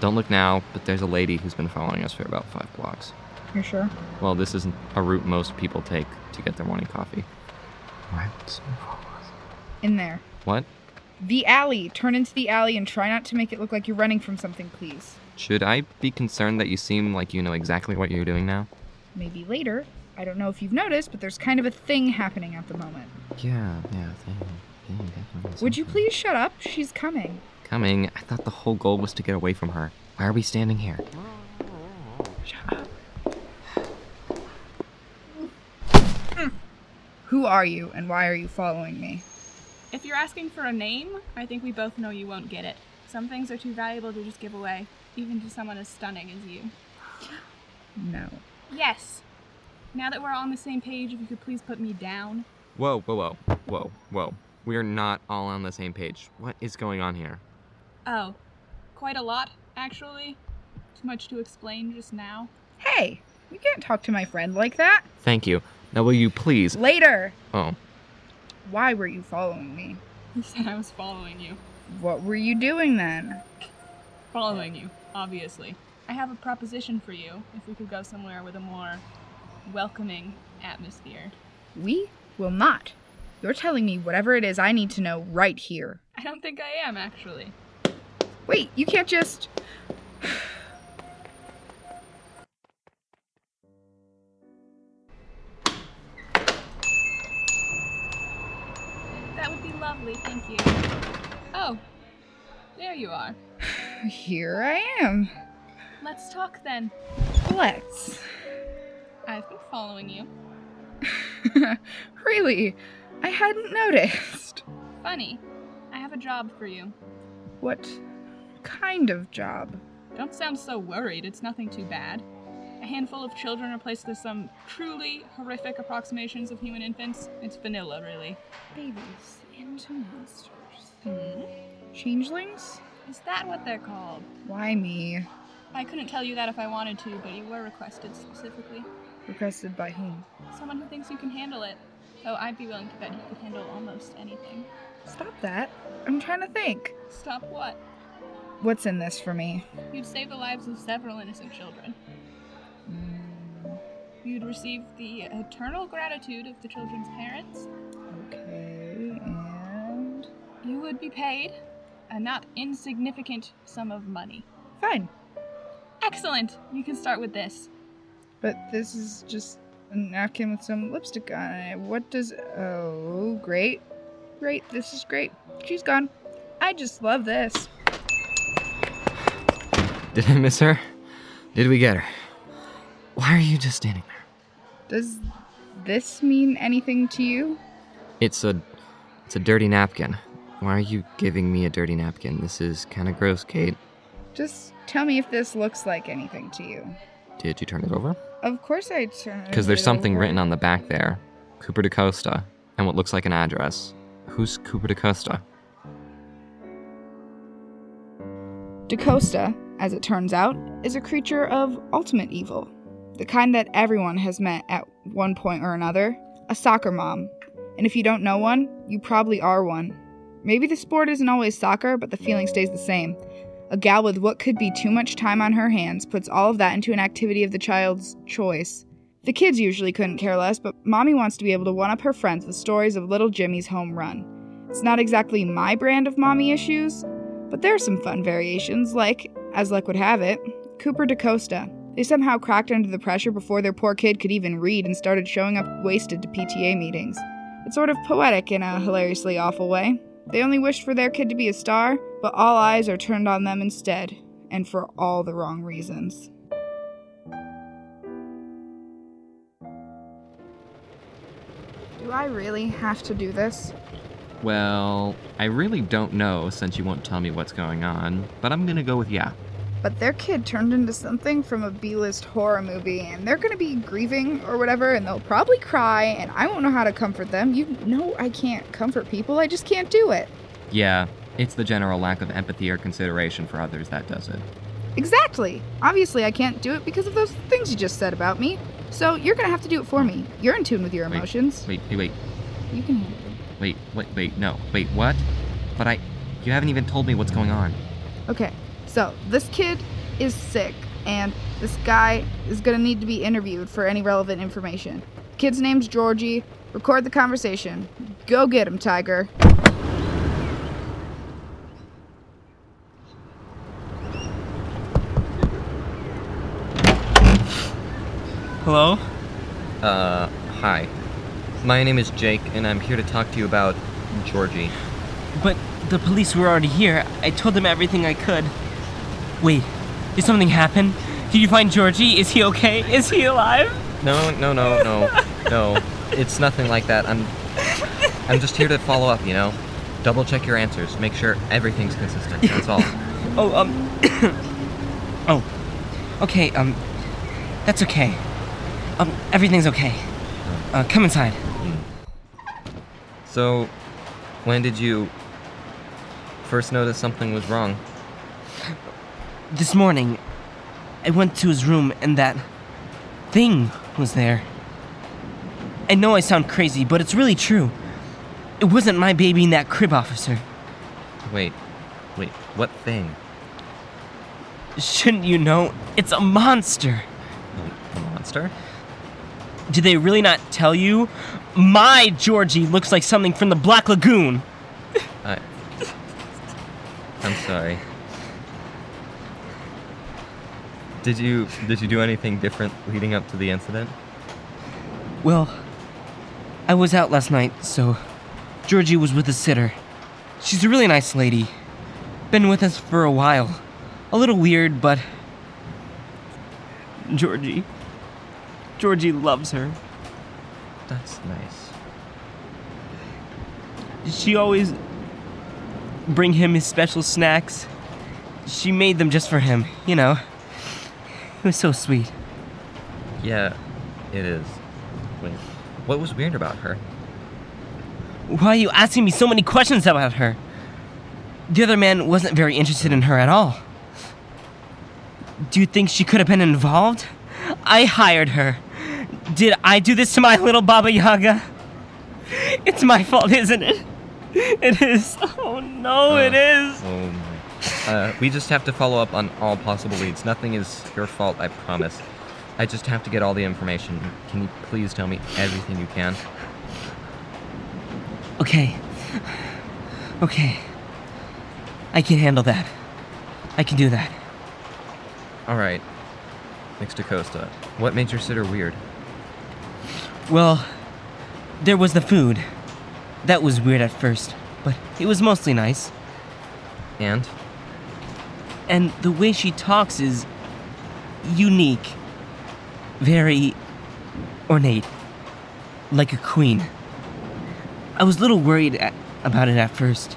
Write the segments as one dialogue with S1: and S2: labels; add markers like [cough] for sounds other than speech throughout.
S1: Don't look now, but there's a lady who's been following us for about five blocks.
S2: You're sure?
S1: Well, this isn't a route most people take to get their morning coffee. Why would someone follow us?
S2: In there.
S1: What?
S2: The alley. Turn into the alley and try not to make it look like you're running from something, please.
S1: Should I be concerned that you seem like you know exactly what you're doing now?
S2: Maybe later. I don't know if you've noticed, but there's kind of a thing happening at the moment.
S1: Yeah, yeah, thing, thing, definitely
S2: Would you
S1: something.
S2: please shut up? She's coming.
S1: Coming. I thought the whole goal was to get away from her. Why are we standing here? Shut up.
S2: Who are you and why are you following me?
S3: If you're asking for a name, I think we both know you won't get it. Some things are too valuable to just give away, even to someone as stunning as you.
S2: No.
S3: Yes. Now that we're all on the same page, if you could please put me down.
S1: Whoa, whoa, whoa, whoa, whoa. We are not all on the same page. What is going on here?
S3: Oh, quite a lot, actually. Too much to explain just now. [laughs]
S2: Hey, you can't talk to my friend like that.
S1: Thank you. Now, will you please?
S2: Later.
S1: Oh,
S2: Why were you following me?
S3: You said I was following you.
S2: What were you doing then?
S3: Following you, obviously. I have a proposition for you if we could go somewhere with a more welcoming atmosphere.
S2: We will not. You're telling me whatever it is I need to know right here.
S3: I don't think I am, actually.
S2: Wait, you can't just.
S3: That would be lovely, thank you. Oh, there you are.
S2: Here I am.
S3: Let's talk then.
S2: Let's.
S3: I've been following you.
S2: [laughs] really? I hadn't noticed.
S3: Funny, I have a job for you.
S2: What kind of job?
S3: Don't sound so worried, it's nothing too bad. A handful of children are placed with some truly horrific approximations of human infants. It's vanilla, really.
S2: Babies into monsters.
S3: Hmm.
S2: Changelings?
S3: Is that what they're called?
S2: Why me?
S3: I couldn't tell you that if I wanted to, but you were requested specifically.
S2: Requested by whom?
S3: Someone who thinks you can handle it. Though I'd be willing to bet you could handle almost anything.
S2: Stop that. I'm trying to think.
S3: Stop what?
S2: What's in this for me?
S3: You'd save the lives of several innocent children.
S2: Mm,
S3: You'd receive the eternal gratitude of the children's parents.
S2: Okay, and.
S3: You would be paid a not insignificant sum of money.
S2: Fine.
S3: Excellent! You can start with this.
S2: But this is just a napkin with some lipstick on it. What does. Oh, great. Great. This is great. She's gone. I just love this.
S1: did I miss her? Did we get her? Why are you just standing there?
S2: Does this mean anything to you?
S1: It's a, it's a dirty napkin. Why are you giving me a dirty napkin? This is kind of gross, Kate.
S2: Just tell me if this looks like anything to you.
S1: Did you turn it over?
S2: Of course I turned.
S1: Because there's something written on the back there, Cooper DaCosta, and what looks like an address. Who's Cooper DaCosta?
S2: DaCosta, as it turns out, is a creature of ultimate evil. The kind that everyone has met at one point or another a soccer mom. And if you don't know one, you probably are one. Maybe the sport isn't always soccer, but the feeling stays the same. A gal with what could be too much time on her hands puts all of that into an activity of the child's choice. The kids usually couldn't care less, but mommy wants to be able to one up her friends with stories of little Jimmy's home run. It's not exactly my brand of mommy issues, but there are some fun variations, like, as luck would have it, Cooper DaCosta. They somehow cracked under the pressure before their poor kid could even read and started showing up wasted to PTA meetings. It's sort of poetic in a hilariously awful way. They only wished for their kid to be a star, but all eyes are turned on them instead, and for all the wrong reasons. Do I really have to do this?
S1: Well, I really don't know since you won't tell me what's going on, but I'm gonna go with yeah.
S2: But their kid turned into something from a B list horror movie, and they're gonna be grieving or whatever, and they'll probably cry, and I won't know how to comfort them. You know, I can't comfort people, I just can't do it.
S1: Yeah, it's the general lack of empathy or consideration for others that does it.
S2: Exactly. Obviously, I can't do it because of those things you just said about me. So you're gonna have to do it for me. You're in tune with your
S1: Wait.
S2: emotions.
S1: Wait, wait, wait,
S2: You can handle it.
S1: wait, wait, wait, no, wait, what? But I, you haven't even told me what's going on.
S2: Okay, so this kid is sick, and this guy is gonna need to be interviewed for any relevant information. Kid's name's Georgie. Record the conversation. Go get him, Tiger.
S4: Hello?
S1: Uh, hi. My name is Jake, and I'm here to talk to you about Georgie.
S4: But the police were already here. I told them everything I could. Wait, did something happen? Did you find Georgie? Is he okay? Is he alive?
S1: No, no, no, no, no. It's nothing like that. I'm, I'm just here to follow up. You know, double check your answers, make sure everything's consistent. That's all.
S4: Oh, um. [coughs] oh. Okay, um. That's okay. Um, everything's okay. Uh, come inside.
S1: So, when did you first notice something was wrong?
S4: This morning, I went to his room and that thing was there. I know I sound crazy, but it's really true. It wasn't my baby in that crib, officer.
S1: Wait, wait. What thing?
S4: Shouldn't you know? It's a monster.
S1: A, a monster?
S4: Did they really not tell you? My Georgie looks like something from the Black Lagoon.
S1: I. I'm sorry. Did you did you do anything different leading up to the incident?
S4: Well, I was out last night, so Georgie was with a sitter. She's a really nice lady. Been with us for a while. A little weird, but. Georgie. Georgie loves her.
S1: That's nice.
S4: She always bring him his special snacks. She made them just for him, you know. It was so sweet.
S1: Yeah, it is. Wait, what was weird about her?
S4: Why are you asking me so many questions about her? The other man wasn't very interested in her at all. Do you think she could have been involved? I hired her. Did I do this to my little Baba Yaga? It's my fault, isn't it? It is. Oh no, it is.
S1: Oh my. Uh, we just have to follow up on all possible leads. Nothing is your fault, I promise. I just have to get all the information. Can you please tell me everything you can?
S4: Okay. Okay. I can handle that. I can do that.
S1: All right, Mix DaCosta. What made your sitter weird?
S4: Well, there was the food. That was weird at first, but it was mostly nice.
S1: And
S4: And the way she talks is unique, very ornate, like a queen. I was a little worried at, about it at first.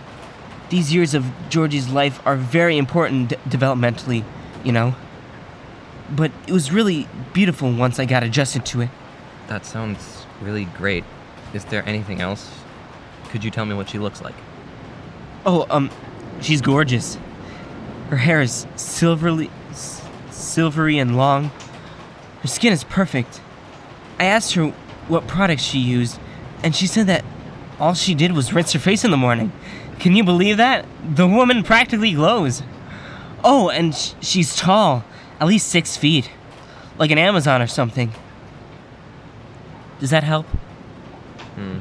S4: These years of Georgie's life are very important d- developmentally, you know? But it was really beautiful once I got adjusted to it.
S1: that sounds really great. Is there anything else? Could you tell me what she looks like?
S4: Oh, um, she's gorgeous. Her hair is silverly, s- silvery and long. Her skin is perfect. I asked her what products she used, and she said that all she did was rinse her face in the morning. Can you believe that? The woman practically glows. Oh, and sh- she's tall, at least six feet, like an Amazon or something. Does that help?
S1: Hmm.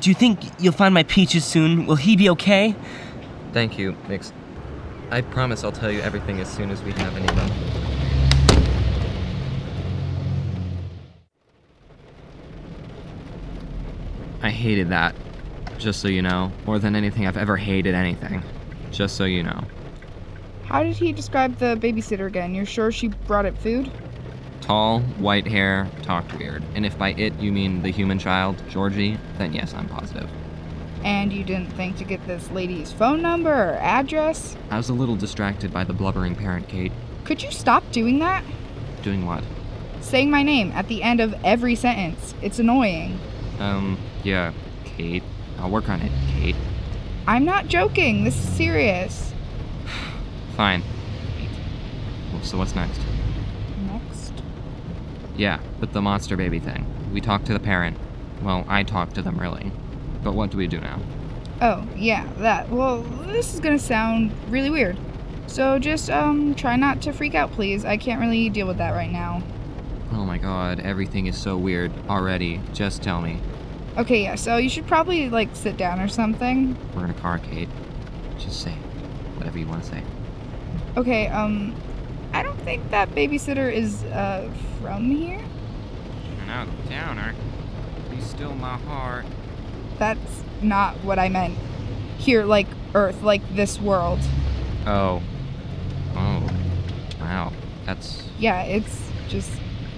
S4: Do you think you'll find my peaches soon? Will he be okay?
S1: Thank you, Mix. I promise I'll tell you everything as soon as we have any info.
S5: I hated that. Just so you know, more than anything, I've ever hated anything. Just so you know.
S2: How did he describe the babysitter again? You're sure she brought it food?
S5: Tall, white hair, talked weird. And if by it you mean the human child, Georgie, then yes, I'm positive.
S2: And you didn't think to get this lady's phone number or address?
S5: I was a little distracted by the blubbering parent Kate.
S2: Could you stop doing that?
S5: Doing what?
S2: Saying my name at the end of every sentence. It's annoying.
S5: Um, yeah, Kate. I'll work on it, Kate.
S2: I'm not joking. This is serious.
S5: Fine. Well,
S1: so what's next?
S3: Next.
S1: Yeah, but the monster baby thing. We talked to the parent. Well, I talked to them, really. But what do we do now?
S2: Oh, yeah, that. Well, this is gonna sound really weird. So just, um, try not to freak out, please. I can't really deal with that right now.
S1: Oh my god, everything is so weird already. Just tell me.
S2: Okay, yeah, so you should probably, like, sit down or something.
S1: We're in a car, Kate. Just say whatever you want to say.
S2: Okay, um, I don't think that babysitter is, uh, from here.
S1: And out of downer. Please still my heart.
S2: That's not what I meant. Here, like, Earth, like this world.
S1: Oh. Oh. Wow. That's.
S2: Yeah, it's just,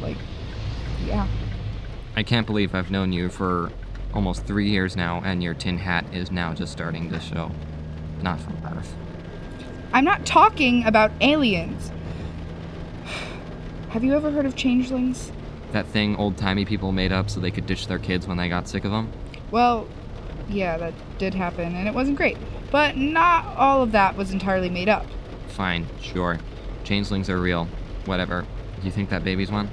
S2: like, yeah.
S1: I can't believe I've known you for almost three years now, and your tin hat is now just starting to show. Not from Earth.
S2: I'm not talking about aliens. [sighs] Have you ever heard of changelings?
S1: That thing old timey people made up so they could ditch their kids when they got sick of them?
S2: Well, yeah, that did happen, and it wasn't great. But not all of that was entirely made up.
S1: Fine, sure. Changelings are real. Whatever. You think that baby's one?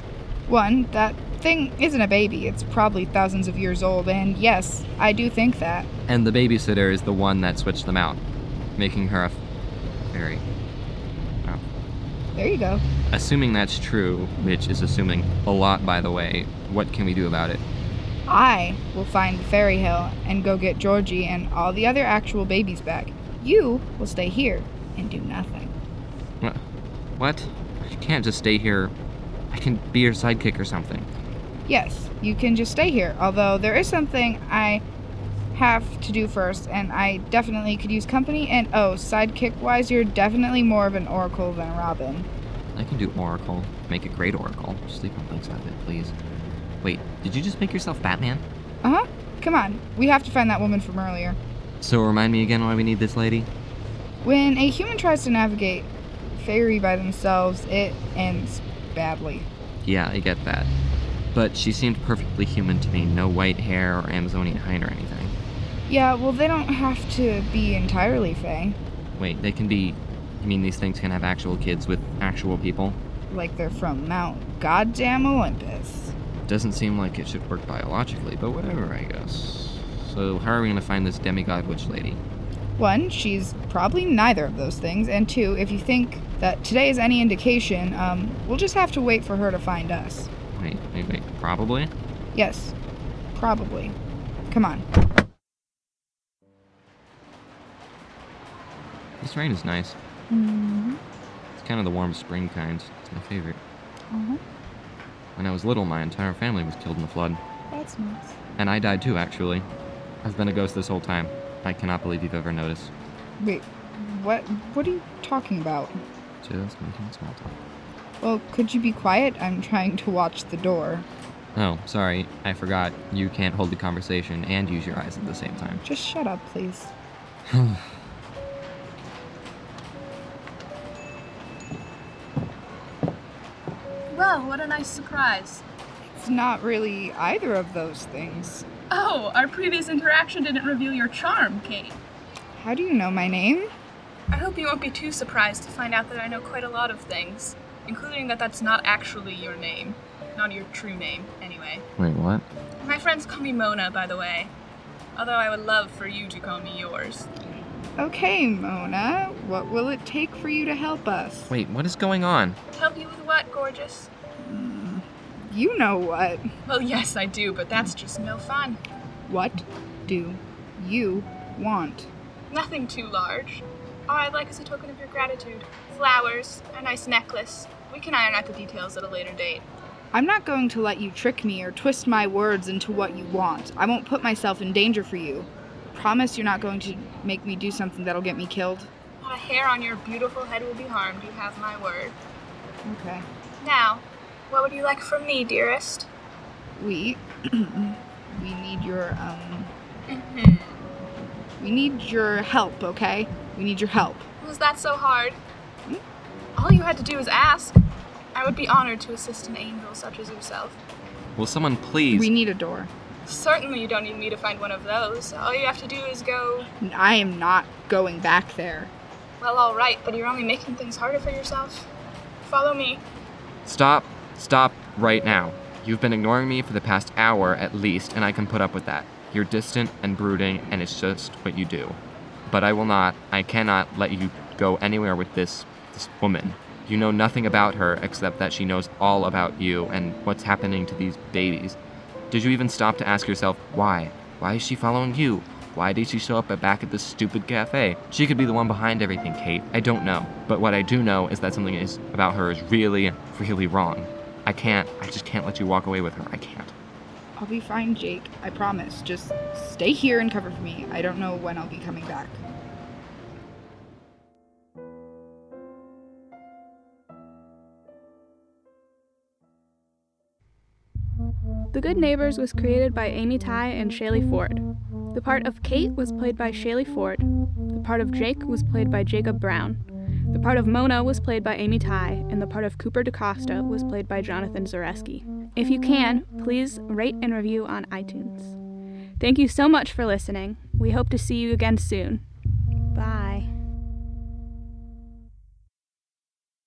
S2: One, that thing isn't a baby, it's probably thousands of years old, and yes, I do think that.
S1: And the babysitter is the one that switched them out, making her a f- fairy.
S2: There you go.
S1: Assuming that's true, which is assuming a lot, by the way, what can we do about it?
S2: I will find the fairy hill and go get Georgie and all the other actual babies back. You will stay here and do nothing.
S1: Wha- What? I can't just stay here. I can be your sidekick or something.
S2: Yes, you can just stay here, although there is something I have to do first, and I definitely could use company. And oh, sidekick wise, you're definitely more of an oracle than a robin.
S1: I can do Oracle. Make a great Oracle. Sleep on things like that, please. Wait, did you just make yourself Batman?
S2: Uh huh. Come on, we have to find that woman from earlier.
S1: So remind me again why we need this lady?
S2: When a human tries to navigate fairy by themselves, it ends badly.
S1: Yeah, I get that. But she seemed perfectly human to me. No white hair or Amazonian hide or anything.
S2: Yeah, well, they don't have to be entirely fae,
S1: Wait, they can be. You mean these things can have actual kids with actual people?
S2: like they're from Mount Goddamn Olympus.
S1: Doesn't seem like it should work biologically, but whatever, I guess. So, how are we gonna find this demigod witch lady?
S2: One, she's probably neither of those things, and two, if you think that today is any indication, um, we'll just have to wait for her to find us.
S1: Wait, wait, wait. Probably?
S2: Yes, probably. Come on.
S1: This rain is nice. It's kind of the warm spring kind. It's my favorite.
S2: Uh-huh.
S1: When I was little, my entire family was killed in the flood.
S2: That's nice.
S1: And I died too, actually. I've been a ghost this whole time. I cannot believe you've ever noticed.
S2: Wait, what? What are you talking about?
S1: Just making small talk.
S2: Well, could you be quiet? I'm trying to watch the door.
S1: Oh, sorry. I forgot. You can't hold the conversation and use your eyes at the same time.
S2: Just shut up, please.
S3: Well, what a nice surprise.
S2: It's not really either of those things.
S3: Oh, our previous interaction didn't reveal your charm, Kate.
S2: How do you know my name?
S3: I hope you won't be too surprised to find out that I know quite a lot of things, including that that's not actually your name. Not your true name, anyway.
S1: Wait, what?
S3: My friends call me Mona, by the way. Although I would love for you to call me yours.
S2: Okay, Mona, what will it take for you to help us?
S1: Wait, what is going on?
S3: Help you with what, gorgeous?
S2: You know what.
S3: Well, yes, I do, but that's just no fun.
S2: What do you want?
S3: Nothing too large. All I'd like is a token of your gratitude. Flowers, a nice necklace. We can iron out the details at a later date.
S2: I'm not going to let you trick me or twist my words into what you want. I won't put myself in danger for you. Promise you're not going to make me do something that'll get me killed.
S3: Not a hair on your beautiful head will be harmed, you have my word.
S2: Okay.
S3: Now, what would you like from me, dearest?
S2: We [clears throat] we need your um
S3: Mm-hmm.
S2: we need your help, okay? We need your help.
S3: Was that so hard? All you had to do was ask. I would be honored to assist an angel such as yourself.
S1: Will someone please.
S2: We need a door.
S3: Certainly, you don't need me to find one of those. All you have to do is go,
S2: I am not going back there.
S3: well, alright, but you're only making things harder for yourself. follow me.
S1: Stop. Stop right now. You've been ignoring me for the past hour at least, and I can put up with that. You're distant and brooding, and it's just what you do. But I will not, I cannot let you go anywhere with this this woman. You know nothing about her except that she knows all about you and what's happening to these babies. Did you even stop to ask yourself why? Why is she following you? Why did she show up at back at this stupid cafe? She could be the one behind everything, Kate. I don't know. But what I do know is that something is about her is really, really wrong. I can't. I just can't let you walk away with her. I can't.
S2: I'll be fine, Jake. I promise. Just stay here and cover for me. I don't know when I'll be coming back.
S3: The Good Neighbors was created by Amy Ty and Shaley Ford. The part of Kate was played by Shaley Ford. The part of Jake was played by Jacob Brown. The part of Mona was played by Amy Ty, and the part of Cooper DaCosta was played by Jonathan Zareski. If you can, please rate and review on iTunes. Thank you so much for listening. We hope to see you again soon.